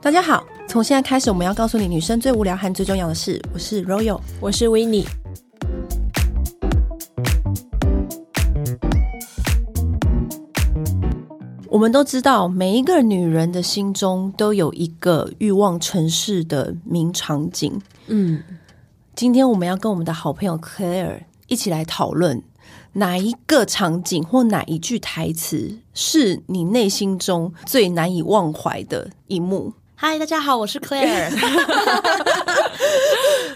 大家好，从现在开始，我们要告诉你女生最无聊和最重要的事。我是 Royal，我是维尼。我们都知道，每一个女人的心中都有一个欲望城市的名场景。嗯，今天我们要跟我们的好朋友 Claire 一起来讨论，哪一个场景或哪一句台词是你内心中最难以忘怀的一幕？嗨，大家好，我是 Claire。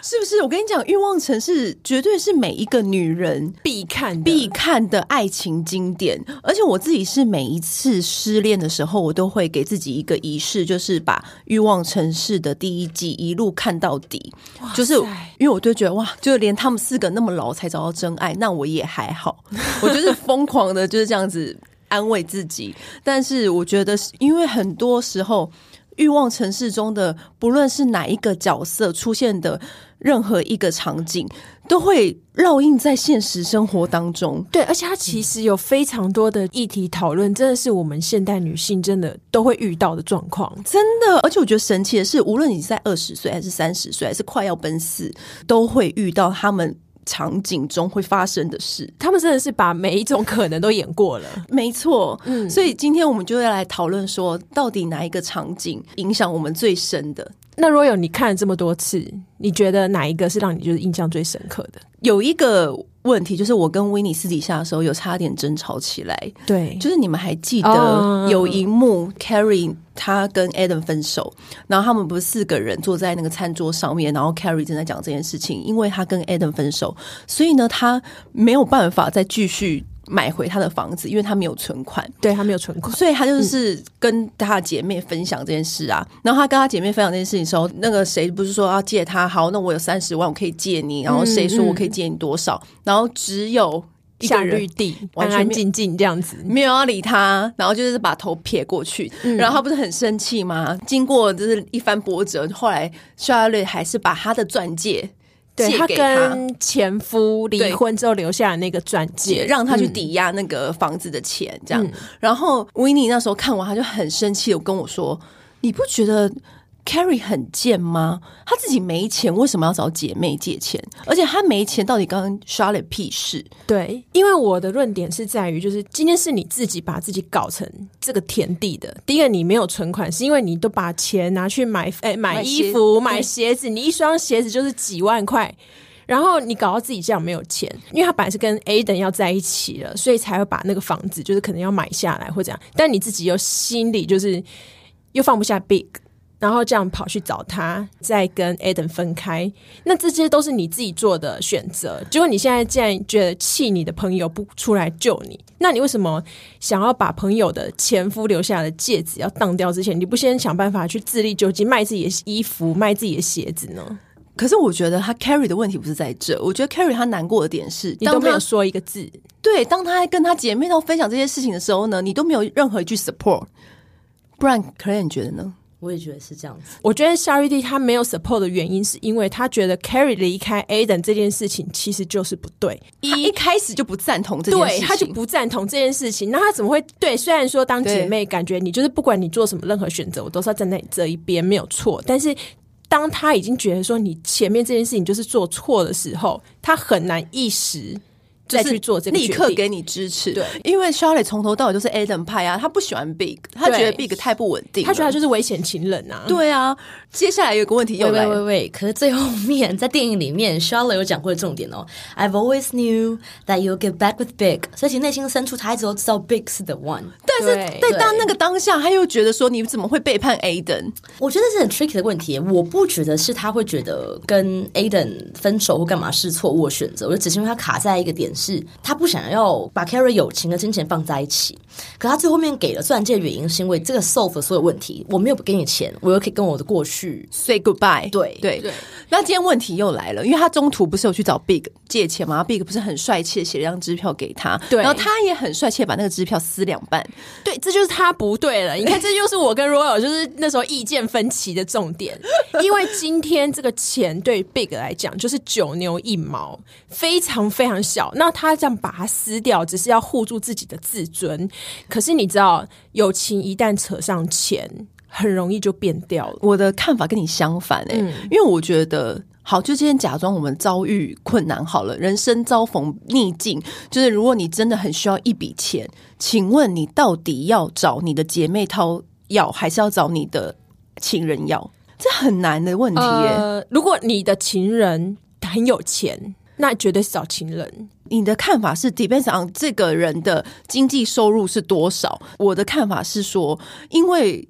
是不是？我跟你讲，欲望城市绝对是每一个女人 必看的必看的爱情经典，而且我自己是每一次失恋的时候，我都会给自己一个仪式，就是把《欲望城市》的第一季一路看到底。就是因为我就觉得哇，就连他们四个那么老才找到真爱，那我也还好， 我就是疯狂的就是这样子安慰自己。但是我觉得，因为很多时候。欲望城市中的，不论是哪一个角色出现的任何一个场景，都会烙印在现实生活当中。对，而且它其实有非常多的议题讨论，真的是我们现代女性真的都会遇到的状况。真的，而且我觉得神奇的是，无论你在二十岁，还是三十岁，还是快要奔四，都会遇到他们场景中会发生的事。他们真的是把每一种可能都演过了。没错，嗯所以今天我们就要来讨论说，到底哪一个场景影响我们最深的？那 Royal，你看了这么多次，你觉得哪一个是让你就是印象最深刻的？有一个问题就是，我跟维尼私底下的时候有差点争吵起来，对就是你们还记嗯哦得有一幕 Carrie 她跟 Adam 分手，然后他们不是四个人坐在那个餐桌上面，然后 Carrie 正在讲这件事情，因为她跟 Adam 分手，所以呢，她没有办法再继续买回她的房子，因为她没有存款。对，他没有存款。所以她就是嗯跟她的姐妹分享这件事啊，然后她跟她姐妹分享这件事情的时候，那个谁不是说要啊借她？好，那我有三十万，我可以借你。然后谁说我可以借你多少？然后只有一下个人绿地，完安全没安静静这样子。没有要理他，然后就是把头撇过去，嗯然后他不是很生气吗？经过就是一番波折，后来肖亚瑞还是把他的钻戒对借她给他。跟前夫离对婚之后留下的那个钻姐戒，嗯让他去抵押那个房子的钱，这样。然后维尼那时候看完，他就很生气，有跟我说：“你不觉得 Carrie 很贱吗？他自己没钱，为什么要找姐妹借钱？而且他没钱，到底跟 Charlotte 屁事？对，因为我的论点是在于，就是今天是你自己把自己搞成这个田地的。第一个，你没有存款，是因为你都把钱拿去买，哎、买买衣鞋服、对买鞋子，你一双鞋子就是几万块。然后你搞到自己这样没有钱，因为他本来是跟 A 等要在一起了，所以才会把那个房子就是可能要买下来或怎样。但你自己又心里就是又放不下 Big，然后这样跑去找他，再跟 Adam 分开，那这些都是你自己做的选择。结果你现在竟然觉得气你的朋友不出来救你，那你为什么想要把朋友的前夫留下的戒指要当掉之前，你不先想办法去自力救济，卖自己的衣服，卖自己的鞋子呢？可是我觉得他 Carrie 的问题不是在这，我觉得 Carrie 他难过的点是，你都当没他有说一个字。对，当她在跟她姐妹都分享这些事情的时候呢，你都没有任何一句 support。不然 c l a 你觉得呢？我也觉得是这样子。我觉得夏玉帝他没有 support 的原因，是因为他觉得 Carrie 离开 Aden 这件事情其实就是不对，她一开始就不赞同这件事对，情，他就不赞同这件事情。那他怎么会对？虽然说当姐妹，感觉你就是不管你做什么任何选择，我都是要站在你这一边，没有错。但是当他已经觉得说你前面这件事情就是做错的时候，他很难一时就再是去做这个立决刻定给你支持。对，因为 Charlotte 从头到尾都是 Adam 派啊，他不喜欢 Big，他觉得 Big 太不稳定了，他觉得他就是危险情人啊。对啊。接下来有个问题又喂来喂了喂喂！可是最后面在电影里面 s h a r l o t 有讲过的重点哦，I've always knew that you get back with Big。所以其实内心深处他一直都知道 Big 是 the one。但是对在当对那个当下，他又觉得说你怎么会背叛 Adam？我觉得是很 tricky 的问题。我不觉得是他会觉得跟 Aden 分手或干嘛是错误的选择，我觉得只是因为他卡在一个点是，他不想要把 Carrie 友情和金钱放在一起。可他最后面给了钻戒，原因是因为这个 solve 了所有问题。我没有给你钱，我又可以跟我的过去 say goodbye 对对那今天问题又来了，因为他中途不是有去找 Big 借钱嘛？Big 不是很帅气地写了张支票给他，对然后他也很帅气地把那个支票撕两半。对，这就是他不对了。你看，这就是我跟 Royal 就是那时候意见分歧的重点，因为今天这个钱对 Big 来讲就是九牛一毛，非常非常小。那那他这样把它撕掉，只是要护住自己的自尊。可是你知道，友情一旦扯上钱，很容易就变掉了。我的看法跟你相反哎、嗯因为我觉得。好，就今天假装我们遭遇困难好了，人生遭逢逆境，就是如果你真的很需要一笔钱，请问你到底要找你的姐妹掏要，还是要找你的情人要？这很难的问题耶、呃，如果你的情人很有钱，那绝对是找情人。你的看法是 depends on 这个人的经济收入是多少？我的看法是说，因为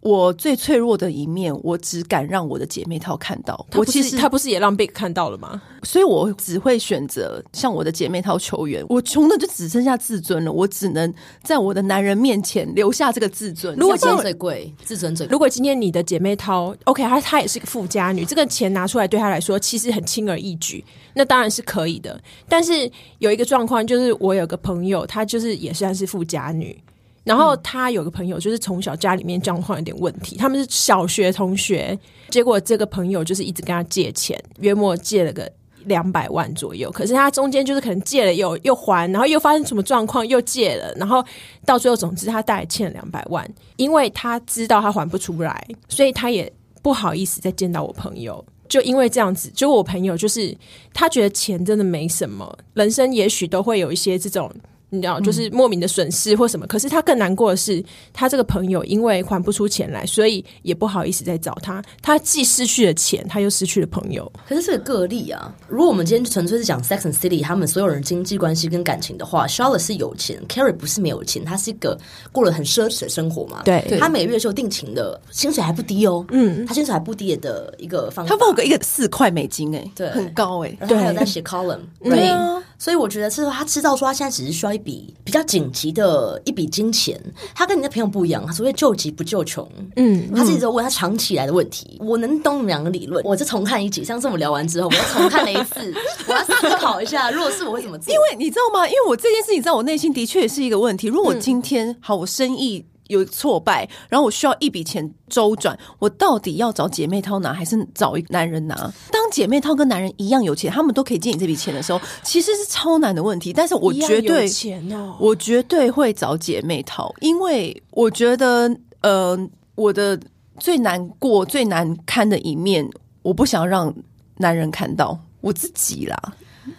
我最脆弱的一面，我只敢让我的姐妹淘看到。他我不其是实他不是也让贝克看到了吗？所以我只会选择向我的姐妹淘求援。我穷的就只剩下自尊了，我只能在我的男人面前留下这个自尊。如果自要尊不然最贵，自尊最贵。如果今天你的姐妹淘，OK，她她也是个富家女，这个钱拿出来对她来说其实很轻而易举，那当然是可以的。但是有一个状况就是，我有个朋友，她就是也算是富家女，然后她有个朋友就是从小家里面状况有点问题，他们是小学同学，结果这个朋友就是一直跟她借钱，约莫借了个。两百万左右，可是她中间就是可能借了又又还，然后又发生什么状况又借了，然后到最后，总之他大概欠了两百万，因为他知道他还不出来，所以他也不好意思再见到我朋友。就因为这样子，就我朋友就是他觉得钱真的没什么，人生也许都会有一些这种。你知道，就是莫名的损失或什么。可是他更难过的是，他这个朋友因为还不出钱来，所以也不好意思再找他。他既失去了钱，哦他又失去了朋友。可是这个个例啊，如果我们今天纯粹是讲 Sex and City 他们所有人经济关系跟感情的话，Charlotte 是有钱，Carrie 不是没有钱，她是一个过了很奢侈的生活嘛。对对她每个月是有定情的，薪水还不低哦。嗯，她薪水还不低的一个方法。他报个一个四块美金、哎，对很高哎、然后还有对在写 column，对对啊所以我觉得是说他知道说他现在只是需要一笔比较紧急的一笔金钱，他跟你的朋友不一样，他所谓救急不救穷，嗯，他自己在问他长期以来的问题。我能懂你们两个理论，我是重看一集，上次我们聊完之后，我又重看了一次，我要思考一下，如果是我会怎么做，因因为你知道吗？因为我这件事情在我内心的确也是一个问题。如果我今天好，我生意有挫败，然后我需要一笔钱周转，我到底要找姐妹掏拿，还是找一男人拿？当姐妹掏跟男人一样有钱，他们都可以借你这笔钱的时候，其实是超难的问题。但是我一样绝对有钱哦，我绝对会找姐妹淘，因为我觉得，呃，我的最难过、最难堪的一面，我不想让男人看到我自己啦。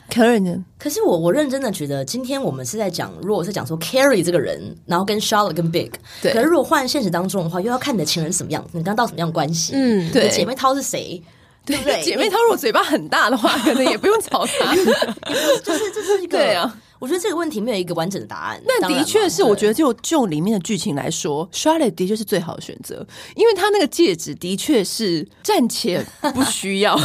可能呢？可是我我认真的觉得，今天我们是在讲，如果是讲说 Carrie 这个人，然后跟 Charlotte 跟 Big，对可是如果换现实当中的话，又要看你的情人是什么样，你跟他到什么样的关系，嗯，对姐妹涛是谁，对不对？姐妹，她如果嘴巴很大的话，可能也不用找她。就是这是一个对啊。我觉得这个问题没有一个完整的答案，但当然的嘛确是，我觉对得就就里面的剧情来说，Charlotte 的确是最好的选择，因为她那个戒指的确是暂且不需要。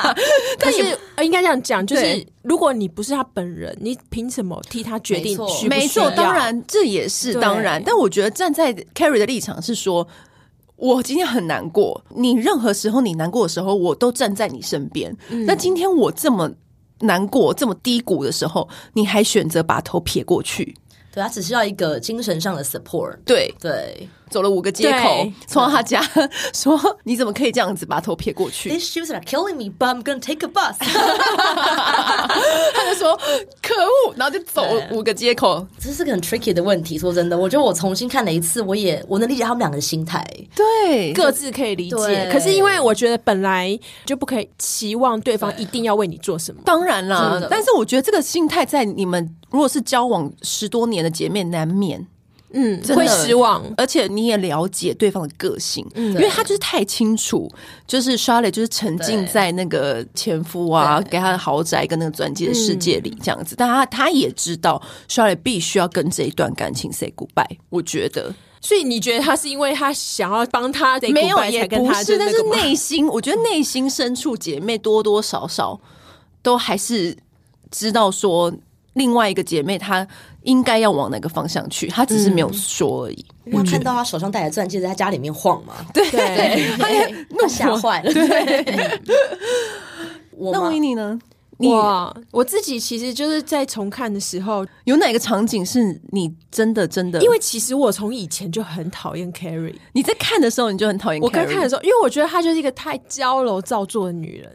但是呃应该这样讲，就是对如果你不是他本人，你凭什么替他决定没错需不需要？没错，当然这也是对当然，但我觉得站在 Carrie 的立场是说。我今天很难过，你任何时候你难过的时候，我都站在你身边。嗯那今天我这么难过、这么低谷的时候，你还选择把头撇过去，对他只需要一个精神上的 support，对，对走了五个街口对，冲到他家 说：“你怎么可以这样子把头撇过去？”，These shoes are killing me, but I'm gonna take a bus 。他就说：“可恶！”然后就走对五个街口。这是个很 tricky 的问题，说真的，我觉得我重新看了一次，我也我能理解他们两个的心态，对，各自可以理解。对可是因为我觉得本来就不可以期望对方一定要为你做什么。当然啦真的，但是我觉得这个心态在你们如果是交往十多年的姐妹，难免。嗯，真的会失望。而且你也了解对方的个性，因为他就是太清楚，就是 Charlotte 就是沉浸对在那个前夫啊给他的豪宅跟那个钻戒的世界里这样子，但他他也知道 Charlotte 必须要跟这一段感情 say goodbye，我觉得所以你觉得他是因为他想要帮他的没有 goodbye 才也跟不他是，但是那个吗内心我觉得内心深处姐妹多多少少都还是知道说。另外一个姐妹，她应该要往哪个方向去，她只是没有说而已。因为他看到他手上戴的钻戒在他家里面晃嘛，对，哎对他吓坏了，对。我那吗维尼呢？你哇，我自己其实就是在重看的时候，有哪个场景是你真的真的？因为其实我从以前就很讨厌 Carrie，你在看的时候你就很讨厌 Carrie，我刚看的时候，因为我觉得她就是一个太娇柔造作的女人，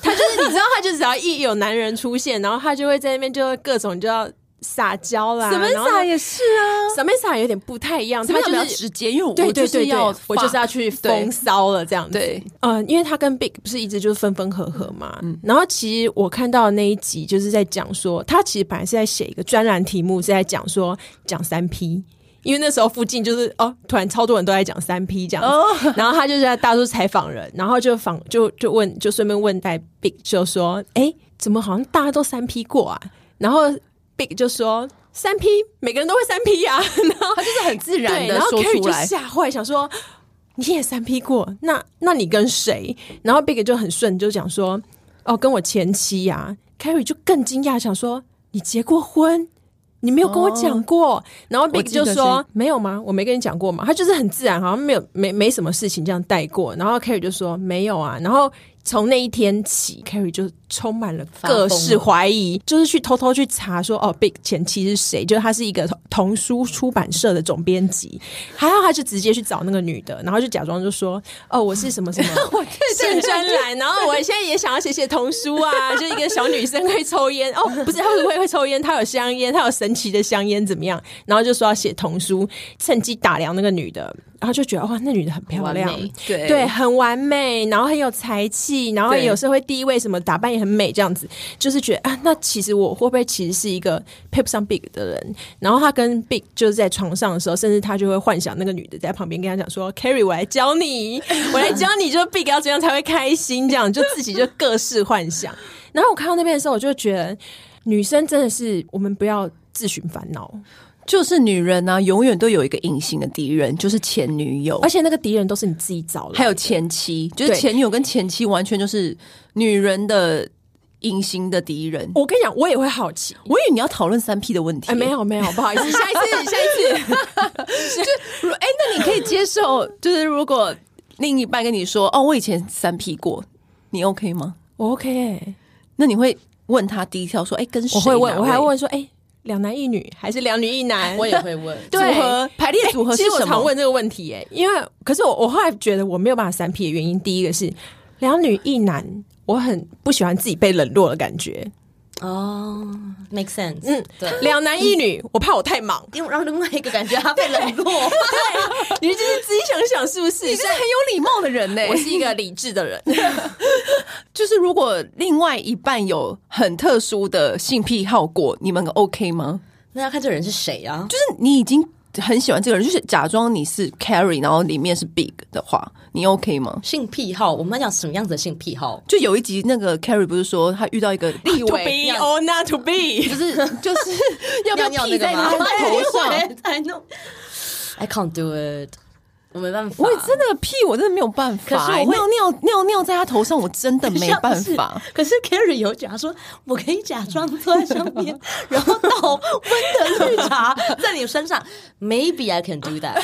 她就是你知道，她就只要一有男人出现，然后她就会在那边就各种就要撒娇啦，什么啊然后傻也是啊， s a m a n t a 有点不太一样，什她么比就较是直接，因为我对对就对是对要我就是发要去风骚了这样子。对，嗯、因为他跟 Big 不是一直就是分分合合嘛。然后其实我看到的那一集就是在讲说，他其实本来是在写一个专栏题目，是在讲说讲三 P。因为那时候附近就是哦，突然超多人都在讲三 P 这样子然后他就在大叔采访人，然后就访就就问就顺便问带 Big 就说，哎、怎么好像大家都三 P 过啊？然后 Big 就说三 P 每个人都会三 P 啊呀、然后他就是很自然对，的然后说 Carrie 出就来，吓坏，想说你也三 P 过，那那你跟谁？然后 Big 就很顺，就讲说哦，跟我前妻呀、Carrie 就更惊讶，想说你结过婚？你没有跟我讲过，然后哦 Big 我记得就是说没有吗？我没跟你讲过嘛。他就是很自然，好像没有没没什么事情这样带过。然后 Carrie 就说没有啊。然后从那一天起，Carrie 就充满了各发疯式了怀疑，就是去偷偷去查说哦，Big 前妻是谁？就是他是一个童童书出版社的总编辑，还好他就直接去找那个女的，然后就假装就说哦， 我是什么什么性专栏，然后我现在也想要写写童书啊， 就一个小女生会抽烟哦，不是她会会会抽烟，她有香烟，她有神奇的香烟怎么样？然后就说要写童书，趁机打量那个女的，然后就觉得哇，那女的很漂亮完。美对对，很完美，然后很有才气，然后对有社会地位，什么打扮也很美，这样子，就是觉得啊，那其实我会不会其实是一个配不上 Big 的人？然后他跟 Big 就是在床上的时候，甚至他就会幻想那个女的在旁边跟他讲说：“Carrie，我来教你，我来教你，就是 Big 要怎样才会开心，这样就自己就各式幻想。”然后我看到那边的时候，我就觉得女生真的是我们不要自寻烦恼，哦就是女人呢、啊，永远都有一个隐形的敌人，就是前女友而，且那个敌人都是你自己找的，还有前妻，就是对前女友跟前妻完全就是女人的隐形的敌人。我跟你讲，我也会好奇，我以为你要讨论三 P 的问题，哎，没有没有，不好意思，下一次下一次。 如。哎、那你可以接受，就是如果另一半跟你说：“哦，我以前三 P 过”，你 OK 吗？我 OK，欸那你会问他第一条说：“哎、跟谁？”我会问，我还哪位问说，哎、两男一女还是两女一男？ 哎我也会问，对组合排列组合欸是其实我什么常问这个问题、欸，哎，因为可是我我后来觉得我没有办法三 P 的原因，第一个是两女一男，我很不喜欢自己被冷落的感觉。哦，make sense，嗯嗯，对。。两男一女，我怕我太忙 另然后另外一个感觉他被冷 落， 你就是自己想想是不是？你是很有礼貌的人呢、我是一个理智的人，就是如果另外一半有很特殊的性癖好过，你们 OK 吗？那要看这人是谁啊？就是你已经很喜欢这个人，就是假装你是 Carrie，然后里面是 Big 的话，你 OK 吗？性癖好，我们要讲什么样子的性癖好？就有一集那个 Carrie 不是说她遇到一个立 to 委，be or not to be，就是就是要不要尿尿那屁个在吗他的头上？ 对才弄，I can't do it，我没办法，我真的屁，我真的没有办可法、是我会尿尿尿尿在他头上，我真的没办法。可是 Carrie 有讲她说，我可以假装坐在上 面，然后倒温的绿茶 在你身上。Maybe I can do that。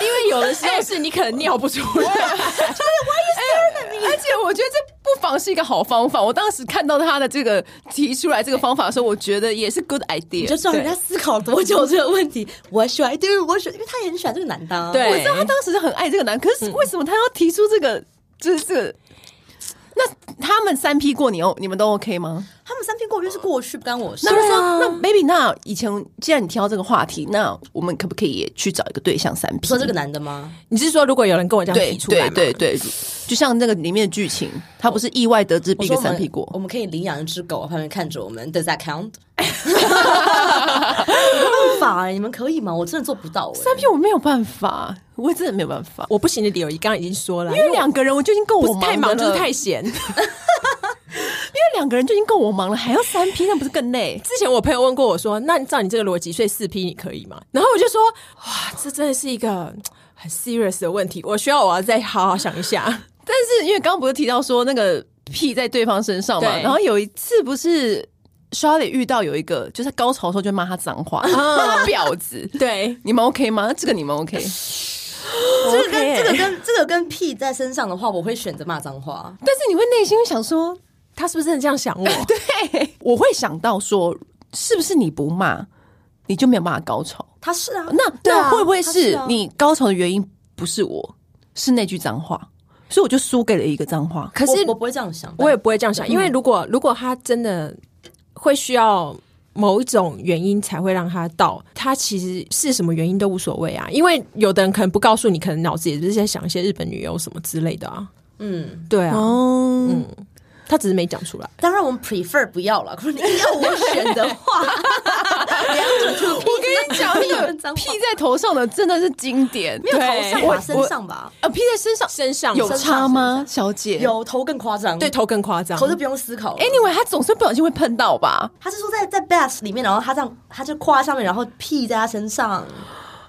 因为有的时候是你可能尿不 出来。而且我觉得这不妨是一个好方法。我当时看到他的这个提出来这个方法的时候，我觉得也是 good 你就 idea。知道人家思考多久这个问题。我喜欢，对，我喜欢，因为他也很喜欢这个男的、啊。对嗯我知道他当时是很爱这个男，可是为什么他要提出这个？就是这个。那他们三 P 过你哦，你们都 OK 吗？他们三篇过约是过去，不干我事那。就说、啊那 baby，那以前既然你挑这个话题，那我们可不可以也去找一个对象三 P？说这个男的吗？你是说如果有人跟我这样对提出对来吗对对，就像那个里面的剧情，他不是意外得知我 Big 说我三们 P 过，哦我们可以领养一只狗，旁边看着我们。Does that count？没办法、你们可以吗？我真的做不到、欸。三 P 我没有办法，我真的没有办法，我不行的理由，刚刚已经说了，因为两个人我就已经够不我是太忙忙就是太因闲。为两个人就已经够我忙了，还要三 P，那不是更累？之前我朋友问过我说：“那照你这个逻辑，所以四 P 你可以吗？”然后我就说：“哇，这真的是一个嗯很 serious 的问题，我需要我要再好好想一下。但是因为刚刚不是提到说那个屁在对方身上嘛，对然后有一次不是 Charlie 遇到有一个，就是他高潮的时候就骂他脏啊话，骂 他婊子”， 对，你们 OK 吗？这个你们 OK？这个跟 OK 这个跟这个跟屁在身上的话，我会选择骂脏话。但是你会内心想说，他是不是真的这样 想我？我会想到说，是不是你不骂，你就没有办法高潮？他是啊，那对那啊会不会他是是啊你高潮的原因不是我，是那句脏话，所以我就输给了一个脏话。可是我我不会这样想，我也嗯不会这样想，因为如果如果他真的会需要某一种原因才会让他到，他其实是什么原因都无所谓啊。因为有的人可能不告诉你，可能脑子也就是在想一些日本女优什么之类的啊。嗯，对啊，哦，他只是没讲出来。当然我们 prefer 不要了。可是你要我选的话，两种就是我跟你讲那个脏话屁在头上的真的是经典，没有头对上我吧，我身上吧，啊，屁在身上身上有身上差吗，小姐？有头更夸张，对头更夸张，头就不用思考了。 ，anyway，他总是不小心会碰到吧？他是说在在 bath 里面，然后他这样，他就跨上面，然后屁在他身上，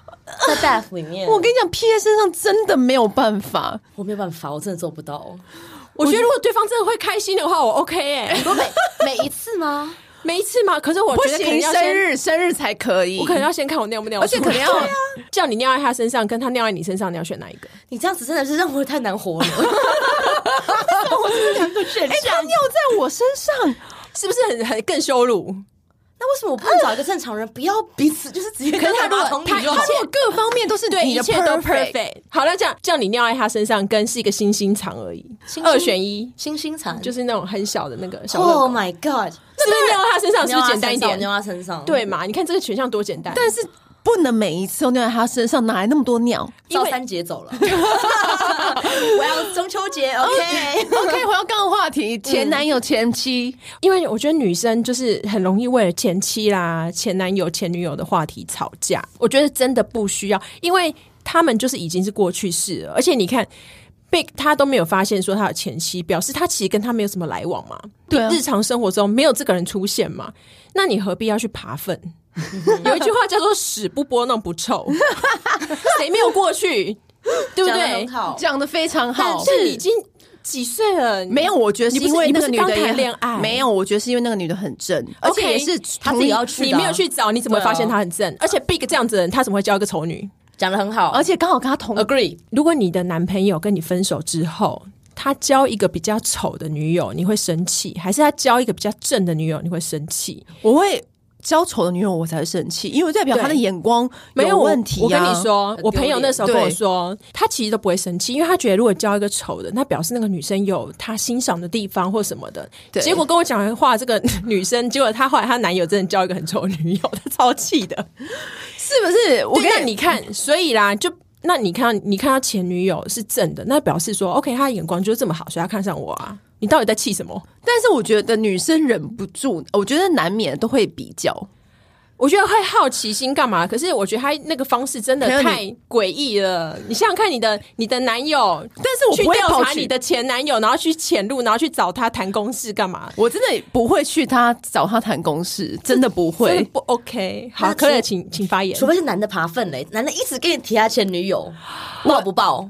在 bath 里面，我跟你讲，屁在身上真的没有办法。我没有办法，我真的做不到。我觉得如果对方真的会开心的话，我 OK 哎、 你说每每一次吗？每一次嘛。可是我不觉得可能行，要生先，日生日才可以。我可能要先看我尿不尿而出且来，啊可能要叫你尿在他身上，跟他尿在你身上，你要选哪一个？你这样子真的是让我太难活了。 我真的两个选项，他尿在我身 上，是不是很很更羞辱？那为什么我不能找一个正常人？不要彼此就是直接可是他跟如果马桶里他就好他一切如果各方面都是对，你一的切都 perfect。 perfect。好，那这样叫你尿在他身上，跟是一个星星肠而已星，星二选一，星星蚕就是那种很小的那个小乐狗， Oh my God！是不是尿在他身上？是尿不到是简他单一身上点？尿到他身上，对，嘛？你看这个选项多简单，但是不能每一次都尿在他身上，哪来那么多 尿赵因为三姐 走了。 我要中秋节，OK。 ？OK，回到刚刚的话题，前男友、前妻，因为我觉得女生就是很容易为了前妻啦、前男友、前女友的话题吵架，我觉得真的不需要，因为他们就是已经是过去式了，而且你看。被他都没有发现说他有前妻，表示他其实跟他没有什么来往嘛。对啊日常生活中没有这个人出现嘛，那你何必要去爬粪？有一句话叫做“屎不拨弄不 臭”，谁没有过去？ 对不讲得对很？好，讲的非常但好。是你已经几岁了？没有，我觉得是你不是因为你那不个是女的刚也谈恋爱没有，我觉得是因为那个女的很正，而且也是她自同己一要去的啊啊你没有去找，你怎么会发现她很正？而且 Big 这样子的人，他怎么会交一个丑女讲的很好，而且刚好跟她同 agree。如果你的男朋友跟你分手之后，他交一个比较丑的女友，你会生气；还是他交一个比较正的女友，你会生气？我会交丑的女友，我才会生气，因为代表她的对眼光没有问题、啊我。我跟你，说很，我朋丢友脸那时候跟我对说，他其实都不会生气，因为他觉得如果交一个丑的，那表示那个女生有她欣赏的地方或什么的。对结果跟我讲完话，这个女生，结果她后来她男友真的交一个很丑的女友，她超气的。是不是？我我跟跟你看，所以啦，就。那你看，你看到前女友是正的，那表示说，OK，她的眼光就是这么好，所以她看上我啊。你到底在气什么？但是我觉得女生忍不住，我觉得难免都会比较。我觉得会好奇心干嘛？可是我觉得他那个方式真的没有你太诡异了。你想想看，你的你的男友，但是我去不会调跑查去你的前男友，然后去潜入，然后去找他谈公事干嘛？我真的不会去她找她谈公事，真的不真会的。不 OK。好，那可乐，除请请发言除。非是男的爬粪嘞，男的一直跟你提他前女友，爆不爆？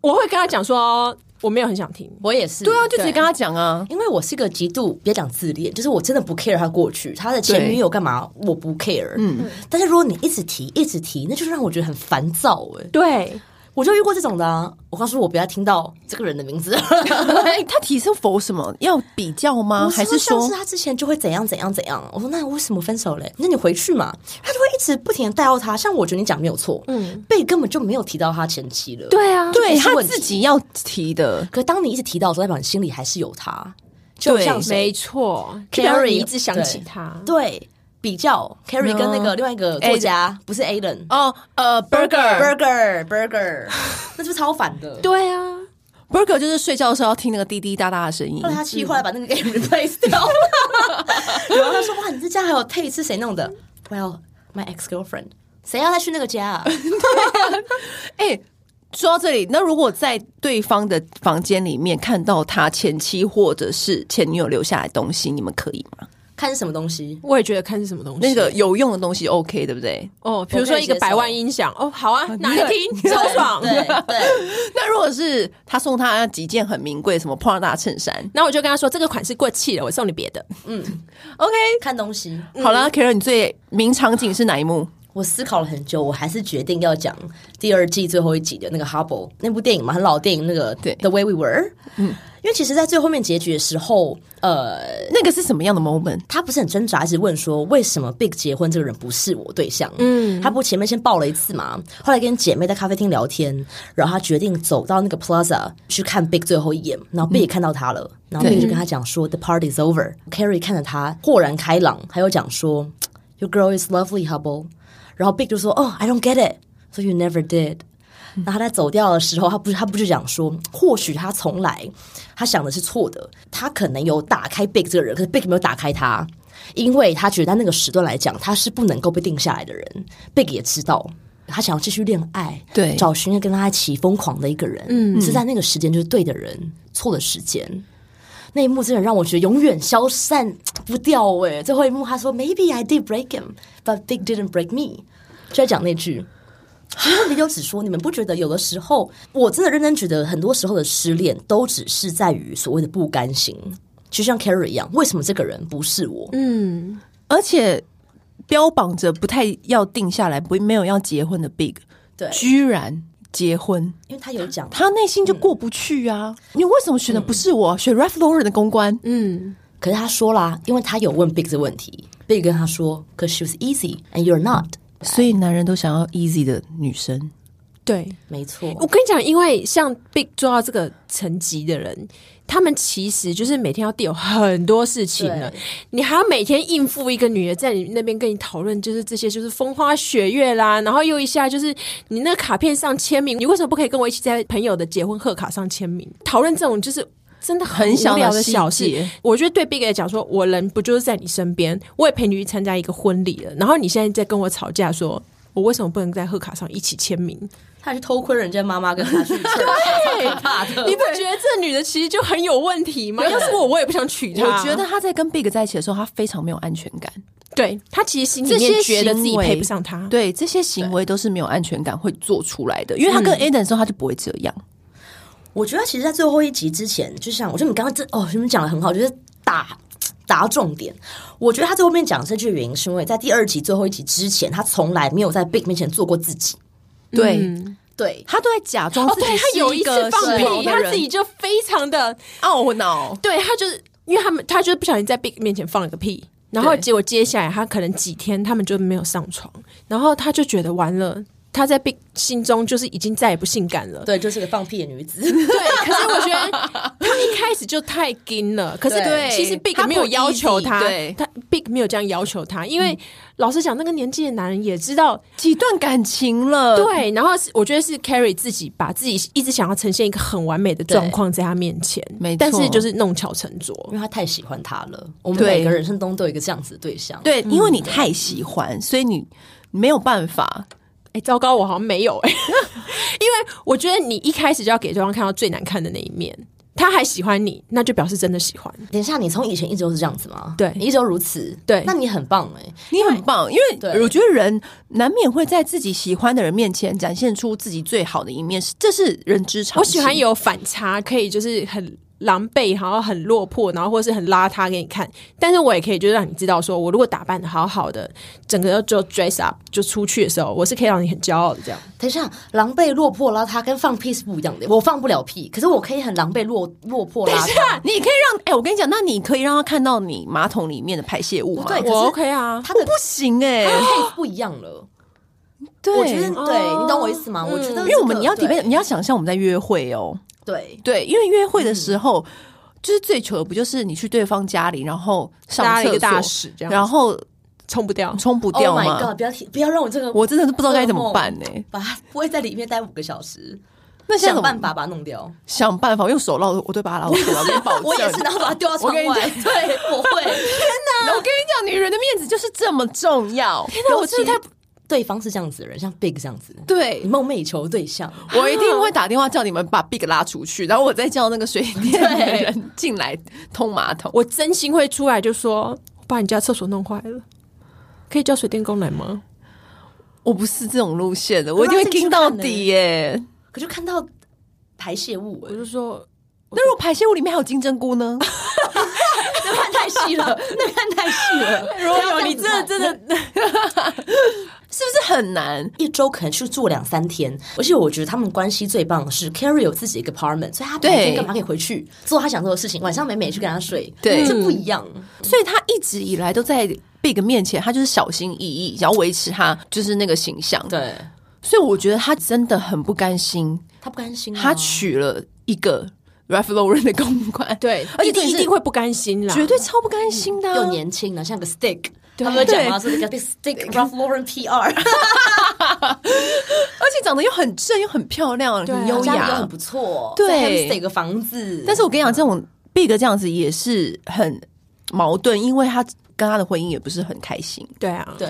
我会跟他讲说，哦我没有很想听。我也是，对啊，就直接跟她讲 啊。因为我是个极度别讲自恋，就是我真的不 care 他过去，他的前女友干嘛我不 care。嗯，但是如果你一直提一直提，那就是让我觉得很烦躁哎、对，我就遇过这种的啊！我告诉我不要听到这个人的名字，哎，她提是否什么要比较吗？还是是说是他之前就会怎样怎样怎样？我说那为什么分手嘞？那你回去嘛，他就会一直不停的带到他。像我觉得你讲没有错，嗯，贝根本就没有提到他前妻了，对啊对这是她问题自己要提的？可当你一直提到的时候，代表你心里还是有他，就对像没谁错，就 Carrie- 表示你一直想起他。对比较 Carrie 跟那个另外一个作家，不是 Alan 哦，呃，burger Burger Burger，那是不是超烦的？对啊， burger 就是睡觉的时候要听那个滴滴答答的声音后。来他气坏了，把那个给 replace 掉了。然后他说：“哇，你这家还有 Tay 是谁弄的？”Well, my ex girlfriend。谁要再去那个家、啊？哎，说到这里，那如果在对方的房间里面看到他前妻或者是前女友留下来的东西，你们可以吗？看是什么东西？我也觉得看是什么东西。那个有用的东西 OK，对不对？ 哦，比如说一个我可以接受百万音响，哦，好啊，拿来听，超爽。 对对，那如果是他送他几件很名贵什么 Prada 衬衫然后我就跟他说，这个款式过气了，我送你别的。 ，OK，看东西。嗯好了 k a r e n 你最名场景是哪一幕？我思考了很久，我还是决定要讲第二季最后一集的那个《Hubble》那部电影嘛，很老电影那个对 The Way We Were》。嗯，因为其实，在最后面结局的时候，呃，那个是什么样的 moment？他不是很挣扎，一直问说为什么 Big 结婚这个人不是我对象？嗯，他不前面先爆了一次嘛，后来跟姐妹在咖啡厅聊天，然后他决定走到那个 Plaza 去看 Big 最后一眼，然后 Big 也看到他了，然后 Big 就跟他讲说 The party is over。Carrie 看着他豁然开朗，还有讲说 Your girl is lovely, Hubble。然后 Big 就说哦、i don't get it，so you never did。然后他在走掉的时候，他不是他不是讲说，或许他从来他想的是错的，他可能有打开 Big 这个人，可是 Big 没有打开他，因为他觉得在那个时段来讲，他是不能够被定下来的人。Big 也知道，他想要继续恋爱，对找寻一个跟他一起疯狂的一个人，嗯，是在那个时间就是对的人，错的时间。那一幕真的让我觉得永远消散不掉哎、最后一幕他说 Maybe I did break him, but Big didn't break me，就在讲那句。因为李柳只说，你们不觉得有的时候，我真的认真觉得，很多时候的失恋都只是在于所谓的不甘心，就像 Carrie 一样，为什么这个人不是我？而且标榜着不太要定下来，不没有要结婚的 Big，对居然结婚，因为他有讲，啊他内心就嗯过不去啊！你为什么选的不是我？选 Ralph Lauren 的公关？嗯，可是他说啦，因为他有问 Big 这个问题，Big 跟他说，Cause she was easy and you're not，所以男人都想要 easy 的女生，对，没错，我跟你讲，因为像 Big 做到这个层级的人，他们其实就是每天要 deal 很多事情了对，你还要每天应付一个女的在你那边跟你讨论，就是这些就是风花雪月啦，然后又一下就是你那卡片上签名，你为什么不可以跟我一起在朋友的结婚贺卡上签名？讨论这种就是。真的很很小无的聊的小细事节，我觉得对 Big 来讲说，我人不就是在你身边，我也陪你去参加一个婚礼了，然后你现在在跟我吵架说，我为什么不能在贺卡上一起签名？他还去偷窥人家妈妈跟他去 对， 超可怕的。你不觉得这女的其实就很有问题 吗？要是我，我也不想娶她。我觉得他在跟 Big 在一起的时候，他非常没有安全感。对她其实心里这些面觉得自己行为配不上他。对这些行为都是没有安全感会做出来的，因为他跟 Aden 的时候他就不会这样。我觉得其实，在最后一集之前，就像我觉得你刚刚这哦，你们讲的很好，就是打打到重点。我觉得他最后面讲这句原因，是因为在第二集最后一集之前，他从来没有在 Big 面前做过自己。对、对，他都在假装嗯哦，自己对，她是有一次个放时髦屁，的她自人己就非常的，懊恼。对她就是因为他们，她就是不小心在 Big 面前放了个屁，然后对结果接下来她可能几天他们就没有上床，然后她就觉得完了，她在 Big 心中就是已经再也不性感了。对，就是个放屁的女子。对，可是我觉得他一开始就太硬了。可是对其实 Big 他不没有要求他 easy，对，嗯他 Big 没有这样要求他，因为老实讲，那个年纪的男人也知道几段感情了，对。然后是我觉得是 Carrie 自己把自己一直想要呈现一个很完美的状况在他面前，没错但是就是弄巧成拙因。为他太喜欢他了，我们对每个人生中都有一个这样子的对象。，对，嗯因为你太喜欢，所以你没有办法。哎、糟糕，我好像没有 哎、因为我觉得你一开始就要给对方看到最难看的那一面。他还喜欢你，那就表示真的喜欢。等一下，你从以前一直都是这样子吗？对你一直都如此。对那你很棒哎、你很棒，因对为我觉得人难免会在自己喜欢的人面前展现出自己最好的一面，是这是人之常情。我 喜欢有反差，可以就是很狼狈，然后很落魄，然后或是很邋遢给你看。但是我也可以就让你知道，说我如果打扮的好好的，整个就 dress up 就出去的时候，我是可以让你很骄傲的这样。等一下，狼狈落魄邋遢跟放屁是不一样的。我放不了屁，可是我可以很狼狈落落魄邋遢。你可以让哎、我跟你讲，那你可以让他看到你马桶里面的排泄物吗？对可是我 OK 啊，他我的不行哎、他的 case 不一样了。 对，嗯我觉得哦 对你懂我意思吗？我觉得这个、因为我们你要 d 对 e 你要想象我们在约会哦，对对，因为约会的时候。就是最糗的，不就是你去对方家里，然后上拉了一厕个大所，屎这样，然后冲不掉。冲不 Oh 掉 my 吗 god！？不要提，不要让我这个我真的是不知道该怎么办呢、欸把它不会在里面待五个小时，那现在怎想么办法把它弄掉。想办法？我用手捞，我都把它捞出来，我跟保证。我也是，然后把它丢到窗我跟你外。讲 对，我会。我跟你讲，女人的面子就是这么重要。天那我真的太……对方是这样子的人，像 Big 这样子，对你，梦寐以求的对象。我一定会打电话叫你们把 Big 拉出去，然后我再叫那个水电 的人进来通马桶。我真心会出来就说，我把你家厕所弄坏了，可以叫水电工来吗？我不是这种路线的，我一定会那进去盯到看呢底耶、可就看到排泄物、 我就说，那如果排泄物里面还有金针菇 呢？那看太 细了，那看太细了。如果有你真的真的，是不是很难。一周可能去住两三天，而且我觉得他们关系最棒的是 Carrie 有自己一个 apartment，所以他白天对干嘛可以回去做他想做的事情，晚上美美去跟他睡，对这不一样。所以他一直以来都在 Big 面前，他就是小心翼翼，想要维持他就是那个形象。，对所以我觉得他真的很不甘心，他不甘心、啊，他娶了一个 Ralph Lauren 的公关，对，而且一定这一是定会不甘心啦，绝对超不甘心的啊、又年轻了，像个 stick。对他们都讲嘛，说那个 big stick Ralph Lauren PR，而且长得又很正，又很漂亮，对啊很优家里又雅很。不错，对在 Hempstead 有个房子，但是我跟你讲，这种 Big 这样子也是很矛盾，因为他跟他的婚姻也不是很开心，对啊，对。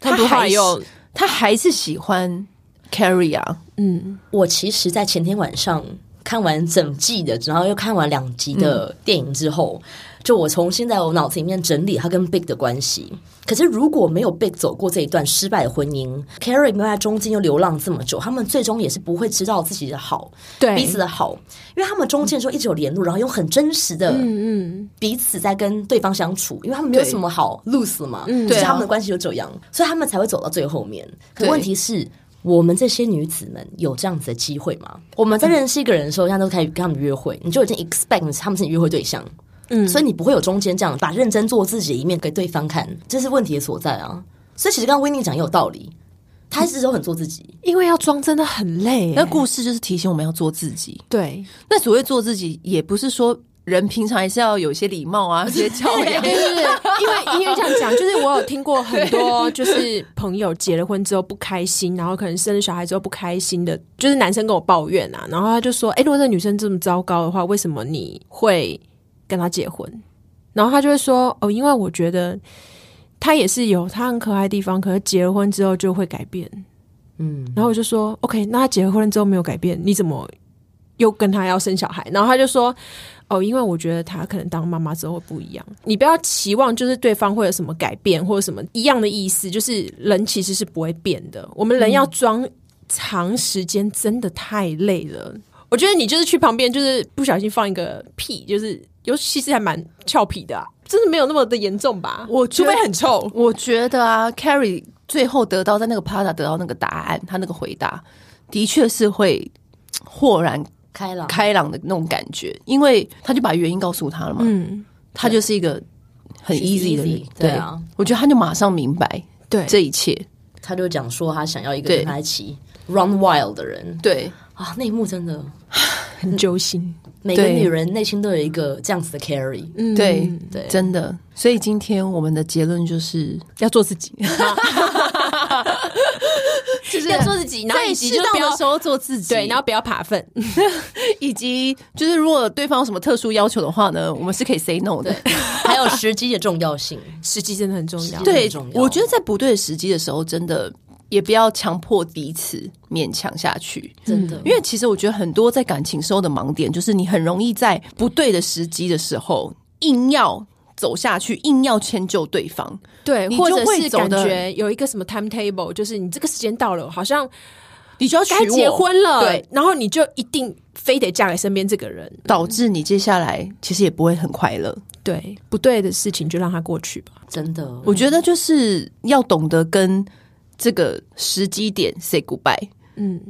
他不他后还来是又他还是喜欢 Carrie 啊。嗯，我其实，在前天晚上看完整季的，然后又看完两集的电影之后，就我重新在我脑子里面整理他跟 Big 的关系。可是如果没有 Big 走过这一段失败的婚姻，Carrie 没有在中间又流浪这么久，他们最终也是不会知道自己的好，对，彼此的好，因为他们中间就一直有联络，然后用很真实的嗯嗯，彼此在跟对方相处，因为他们没有什么好 lose 了嘛，所对以啊他们的关系就这样，所以他们才会走到最后面。可对问题是。我们这些女子们有这样子的机会吗？我们在认识一个人的时候，现在都开始跟他们约会，你就已经 expect 他们是你约会对象，嗯，所以你不会有中间这样把认真做自己的一面给对方看，这是问题的所在啊。所以其实刚刚 w i n n 讲也有道理，他一直都很做自己，因为要装真的很累欸，那故事就是提醒我们要做自己。对，那所谓做自己，也不是说人平常还是要有一些礼貌啊，有一些教养。对对对，因为因为这样讲，就是我有听过很多，就是朋友结了婚之后不开心，然后可能生了小孩之后不开心的，就是男生跟我抱怨啊，然后他就说：“哎、如果这女生这么糟糕的话，为什么你会跟她结婚？”然后他就会说：“哦，因为我觉得她也是有她很可爱的地方，可是结了婚之后就会改变。”嗯，然后我就说：“OK，那她结了婚之后没有改变，你怎么又跟她要生小孩？”然后他就说：“哦，因为我觉得她可能当妈妈之后会不一样，你不要期望就是对方会有什么改变或者什么一样的意思，就是人其实是不会变的。我们人要装长时间真的太累了。我觉得你就是去旁边，就是不小心放一个屁，就是尤其是还蛮俏皮的、啊，真的没有那么的严重吧？我觉除得非很臭，我觉得啊，Carrie 最后得到在那个 Prada 得到那个答案，他那个回答的确是会豁然开朗，开朗的那种感觉，因为他就把原因告诉他了嘛。嗯，他就是一个很 She's easy 的 easy，人，对啊我觉得他就马上明白对，这一切。他就讲说他想要一个对跟他一起 run wild 的人对，啊，那一幕真的很揪心，每个对女人内心都有一个这样子的 carry，嗯对对真的。所以今天我们的结论就是，要做 自己，就是要做自己，然后在以及适就是不当要的时候做自己，对，然后不要爬粪，以及就是如果对方有什么特殊要求的话呢，我们是可以 say no 的。还有时机的重 要性。时机真的很重要。对对很重，要我觉得在不对的时机的时候，真的也不要强迫彼此勉强下去。真嗯的，因为其实我觉得很多在感情时候的盲点，就是你很容易在不对的时机的时候，硬要走下去，硬要迁就对方。对，你或就者会是走感得觉有一个什么 timetable，就是你这个时间到了，好像你就要娶该我结婚了，对，，然后你就一定非得嫁给身边这个人，导致你接下来其实也不会很快乐。对，不对的事情就让它过去吧。真的，我觉得就是要懂得跟这个时机点 say goodbye，嗯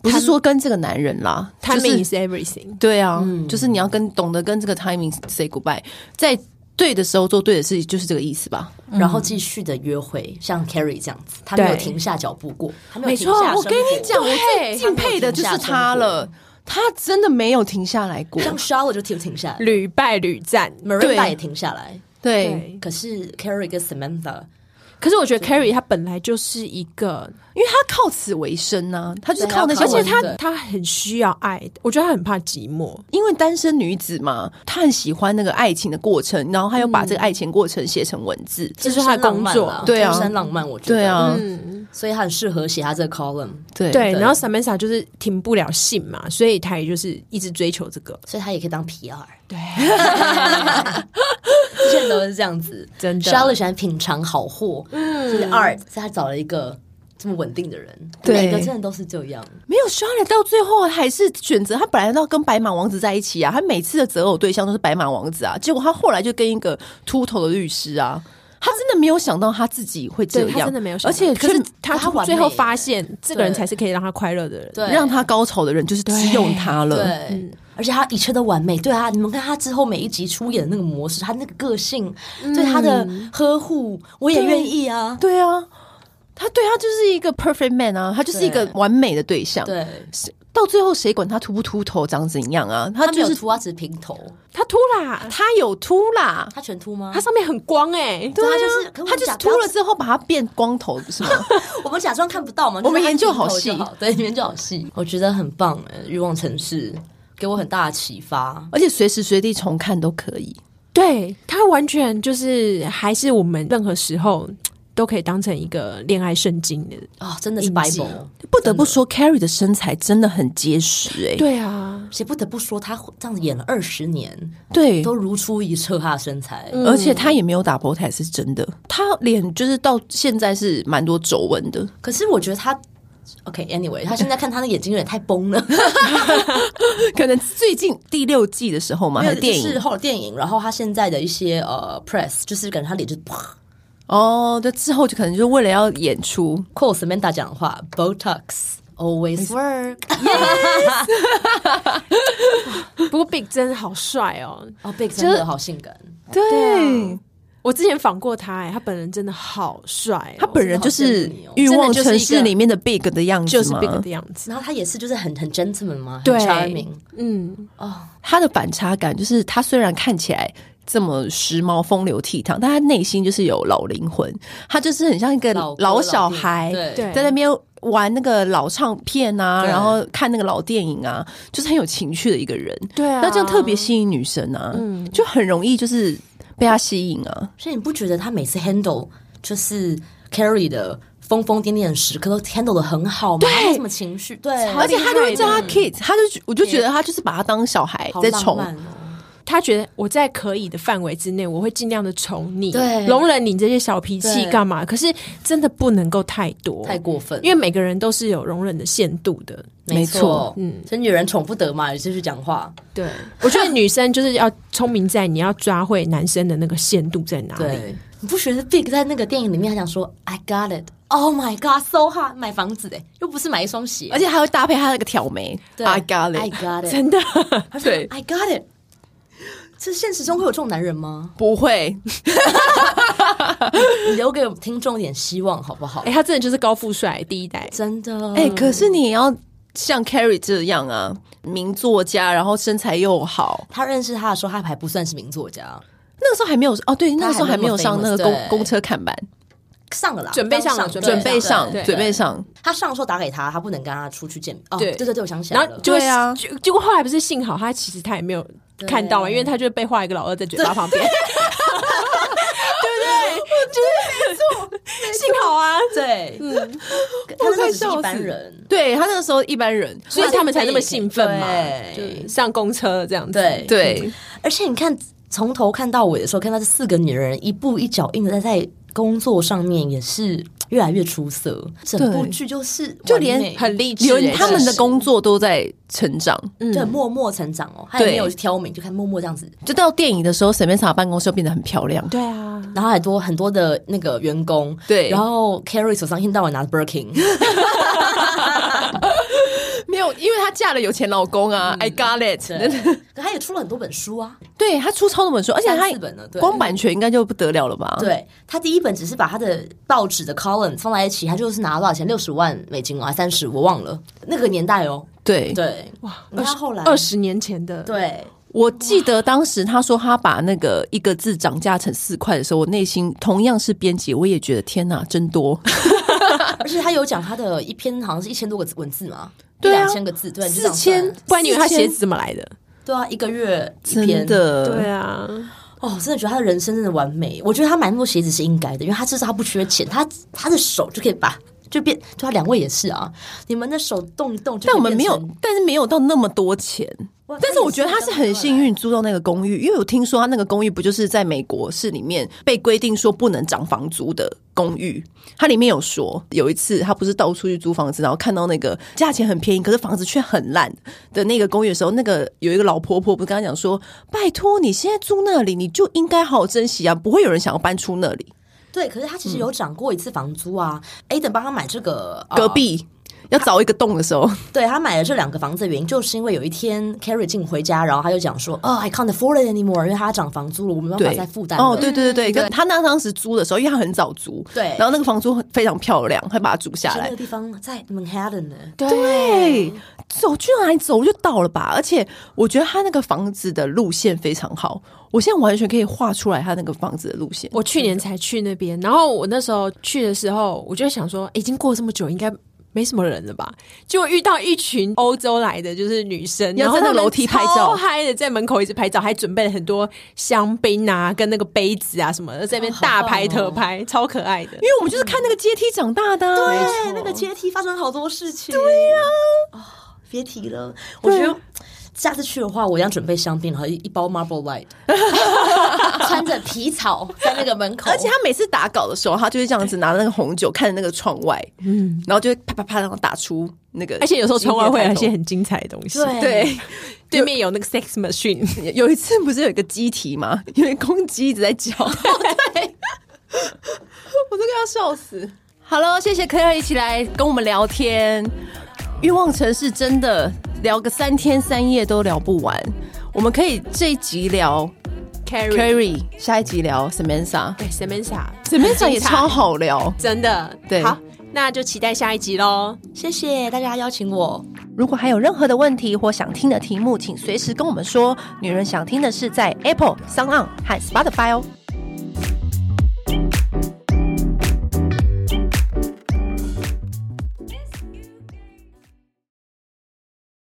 不是说跟这个男人啦，就，timing 是 is everything。对啊，就是你要跟懂得跟这个 timing say goodbye，在对的时候做对的事情，就是这个意思吧。然后继续的约会，像 Carrie 这样子，他没有嗯对停下脚步过，他没有没停错下我生跟你活讲我最敬佩的就是他了，他真的没有停下来过。像 Charlotte 就停停下来屡败屡战， ，Miranda 也停下来，对，对。可是 Carrie 跟 Samantha 可是我觉得 Carrie 她本来就是一个，因为他靠此为生啊，他就是靠那些，对而而且他靠且她对她很需要爱，我觉得她很怕寂寞。因为单身女子嘛，她很喜欢那个爱情的过程，然后她又把这个爱情过程写成文字。这是他的工作对啊天生浪漫，我觉得，对，啊，所以他很适合写他这个 column，对对，然后 Samantha 就是停不了性嘛，所以她也就是一直追求这个。所以他也可以当 PR， 对， 之前都是这样子，真的 Charlotte 喜欢品尝好货，嗯，就是 art，所以他找了一个这么稳定的人，对每个真的都是这样，没有 Charlotte 到最后还是选择他本来要跟白马王子在一起啊，他每次的择偶对象都是白马王子啊，结果他后来就跟一个秃头的律师啊，他真的没有想到他自己会这对他样，真的没有想而到，且可是却他他完最后美发耶现，这个人对才是可以让他快乐的人。对，让他高潮的人就是只有他了。对，而且他一切都完美。对啊，你们看他之后每一集出演的那个模式，他那个个性，对他的呵护，我也愿意啊。对啊，他对他就是一个 perfect man 啊，他就是一个对完美的对象。对，到最后谁管他秃不秃头长怎样啊？他他没就有是秃，他只是平头。他秃啦，他有秃啦，他全秃吗？他上面很光哎、对啊他就是可我们他就是假秃不要了之后把他变光头，不是吗？我们假装看不到嘛。我们就是他研究好平头就戏好，对，研究好戏，我觉得很棒哎，《欲望城市》给我很大的启发。而且随时随地重看都可以。对他完全就是还是我们任何时候都可以当成一个恋爱圣经的。哦，真的是印记 Bible，不得不说，Carrie 的身材真的很结实、欸，哎，对啊，而且不得不说，他这样子演了二十年，对嗯都如出一辙，他的身材。而且她也没有打波台，是真的。她脸就是到现在是蛮多皱纹的，可是我觉得他，OK，anyway，、他现在看他的眼睛有点太崩 了。 可能最近第六季的时候嘛，没还有，是电就影是后来电影，然后他现在的一些呃 press，就是感觉他脸就啪。哦，对，之后就可能就为了要演出，扣 Samantha 讲话，Botox always work。 不过 Big 真的好帅哦。哦，Big 真的好性感，对啊我之前访过他、哎，他本人真的好帅哦、她本人就是我真的好羡慕你哦《欲望真的就是城一市个》里面的 Big 的样子就是嘛 Big 的样子。然后他也是就是很很 gentleman 嘛，很对 charming。哦嗯，她的反差感就是她虽然看起来。这么时髦、风流倜傥，但她内心就是有老灵魂，她就是很像一个老哥老老小弟孩，对对，在那边玩那个老唱片啊，对然后看那个老电影啊，就是很有情趣的一个人。对啊那这样特别吸引女生啊，就很容易就是被他吸引啊。所以你不觉得他每次 handle 就是 Carrie 的疯疯癫癫的时刻都 handle 的很好吗？他没什么情绪，对，超而且厉他都会害叫他的 kid，他就我就觉得他就是把他当小孩哦好在浪宠。漫哦。他觉得我在可以的范围之内，我会尽量的宠你，对容忍你这些小脾气对干嘛？可是真的不能够太多，太过分，因为每个人都是有容忍的限度的。没错嗯，所以女人宠不得嘛，也就是讲话，对，我觉得女生就是要聪明在，你要抓会男生的那个限度在哪里。对，你不觉得 Big 在那个电影里面还讲说 I got it。Oh my god, so hot！买房子哎，又不是买一双鞋，而且还会搭配他那个挑眉对，I got I it， got it， 真的，他说对 I got it。这现实中会有这种男 人吗？不会，你留给我们听众一点希望好不好哎、？他真的就是高富帅第一代，真的，哎、可是你也要像 Carrie 这样啊，名作家，然后身材又好，他认识他的时候，他还不算是名作家，那个时候还没有哦，对，那个时候还还没没有有上那个 famous，对公公车看板，上了啦，准备刚上了对准备上对，准备上，他上的时候打给他，他不能跟他出去见面。哦，对对对对，我想起来然后了，就会对啊结结果后来不是幸好他其实他也没有看到嘛，对因为他就被画一个老二在嘴巴 旁边，对不对？就是幸好啊，对，他那时候只是一般人，对他那个时候一般人，所以他们才那么兴奋嘛，对就上公车这样子。对对。而且你看从头看到尾的时候，看到这四个女人一步一脚印的在工作上面也是越来越出色，整部对剧就是就完连美很励志、欸，连他们的工作都在成长。对，默默成长哦，他也对没有去挑眉，就看默默这样子。就到电影的时候，Samantha 办公室又变得很漂亮。对啊，然后很多很多的那个员工，对然后 Carrie 手上一天到晚拿着 Birkin， 没有，因为她嫁了有钱老公啊、i got it 对，可他也出了很多本书啊， 对她出超多本书，而且三四本了对她光版权应该就不得了了哦吧？，对他第一本只是把他的报纸的 column 放在一起，他就是拿了多少钱，六十万美金啊，三十我忘了那个年代哦，对对，哇，你看后来二十年前的，对，我记得当时她说她把那个一个字涨价成四块的时候，我内心同样是编辑，我也觉得天哪，真 多，而且他有讲他的一篇好像是一千多个字文字嘛，对啊两千个字，对，你就四这样千算，不然你以为他鞋子怎么来的？对啊，一个月一真篇的。对啊，哦，真的觉得他的人生真的完美。我觉得他买那么多鞋子是应该的，因为他至少他不缺钱，他他的手就可以把就变，就他两位也是啊，你们的手动一动就但可以我们没变成，有，但是没有到那么多钱。哇但是我觉得他是啊很幸，运租到那个公寓，因为我听说他那个公寓不就是在美国市里面被规定说不能涨房租的公寓，它里面有说有一次他不是到处去租房子，然后看到那个价钱很便宜，可是房子却很烂的那个公寓的时候，那个有一个老婆婆不是跟他讲说，拜托你现在住那里，你就应该好好珍惜啊，不会有人想要搬出那里。对，可是他其实有涨过一次房租啊。Aden 帮他买这个、呃隔壁要凿一个洞的时候，对他买了这两个房子的原因，就是因为有一天 Carrie 进回家，然后他就讲说：“哦、i can't afford it anymore，因为他涨房租了，我没办法对再负担了。哦，对对对对，跟他那当时租的时候，因为他很早租，对然后那个房租很非常漂亮，还把它租下是那来个。地方在 Manhattan 呢，对，走去哪里走就到了吧？而且我觉得他那个房子的路线非常好，我现在完全可以画出来他那个房子的路线。我去年才去那边，然后我那时候去的时候，我就想说，哎诶已经过这么久，应该没什么人了吧？结果遇到一群欧洲来的，就是女生，你要然后站在她们楼梯拍照超嗨的，在门口一直拍照，还准备了很多香槟啊，跟那个杯子啊什么的，在那边大拍特哦拍，超可爱的。因为我们就是看那个阶梯长大的、啊，对，那个阶梯发生好多事情。对呀、哦，别提了，我觉得。下次去的话，我一样准备香槟，然后一一包 Marble Light，穿着皮草在那个门口，而且他每次打稿的时候，他就是这样子拿那个红酒看着那个窗外，嗯，然后就会啪啪啪，然后打出那个，而且有时候窗外会有一些今天很精彩的东西，对对。对面有那个 sex machine，有一次不是有一个鸡啼吗？因为公鸡一直在叫，哦对，我 都快要笑死。好了，谢谢 Claire 一起来跟我们聊天。欲望城市真的聊个三天三夜都聊不完。我们可以这一集聊 Carrie Carrie，下一集聊 Samantha，Samantha 对 Samantha，也超好聊。真的对好，那就期待下一集喽。谢谢大家邀请我，如果还有任何的问题或想听的题目，请随时跟我们说。女人想听的是在 Apple、s o n 和 Spotify 哦。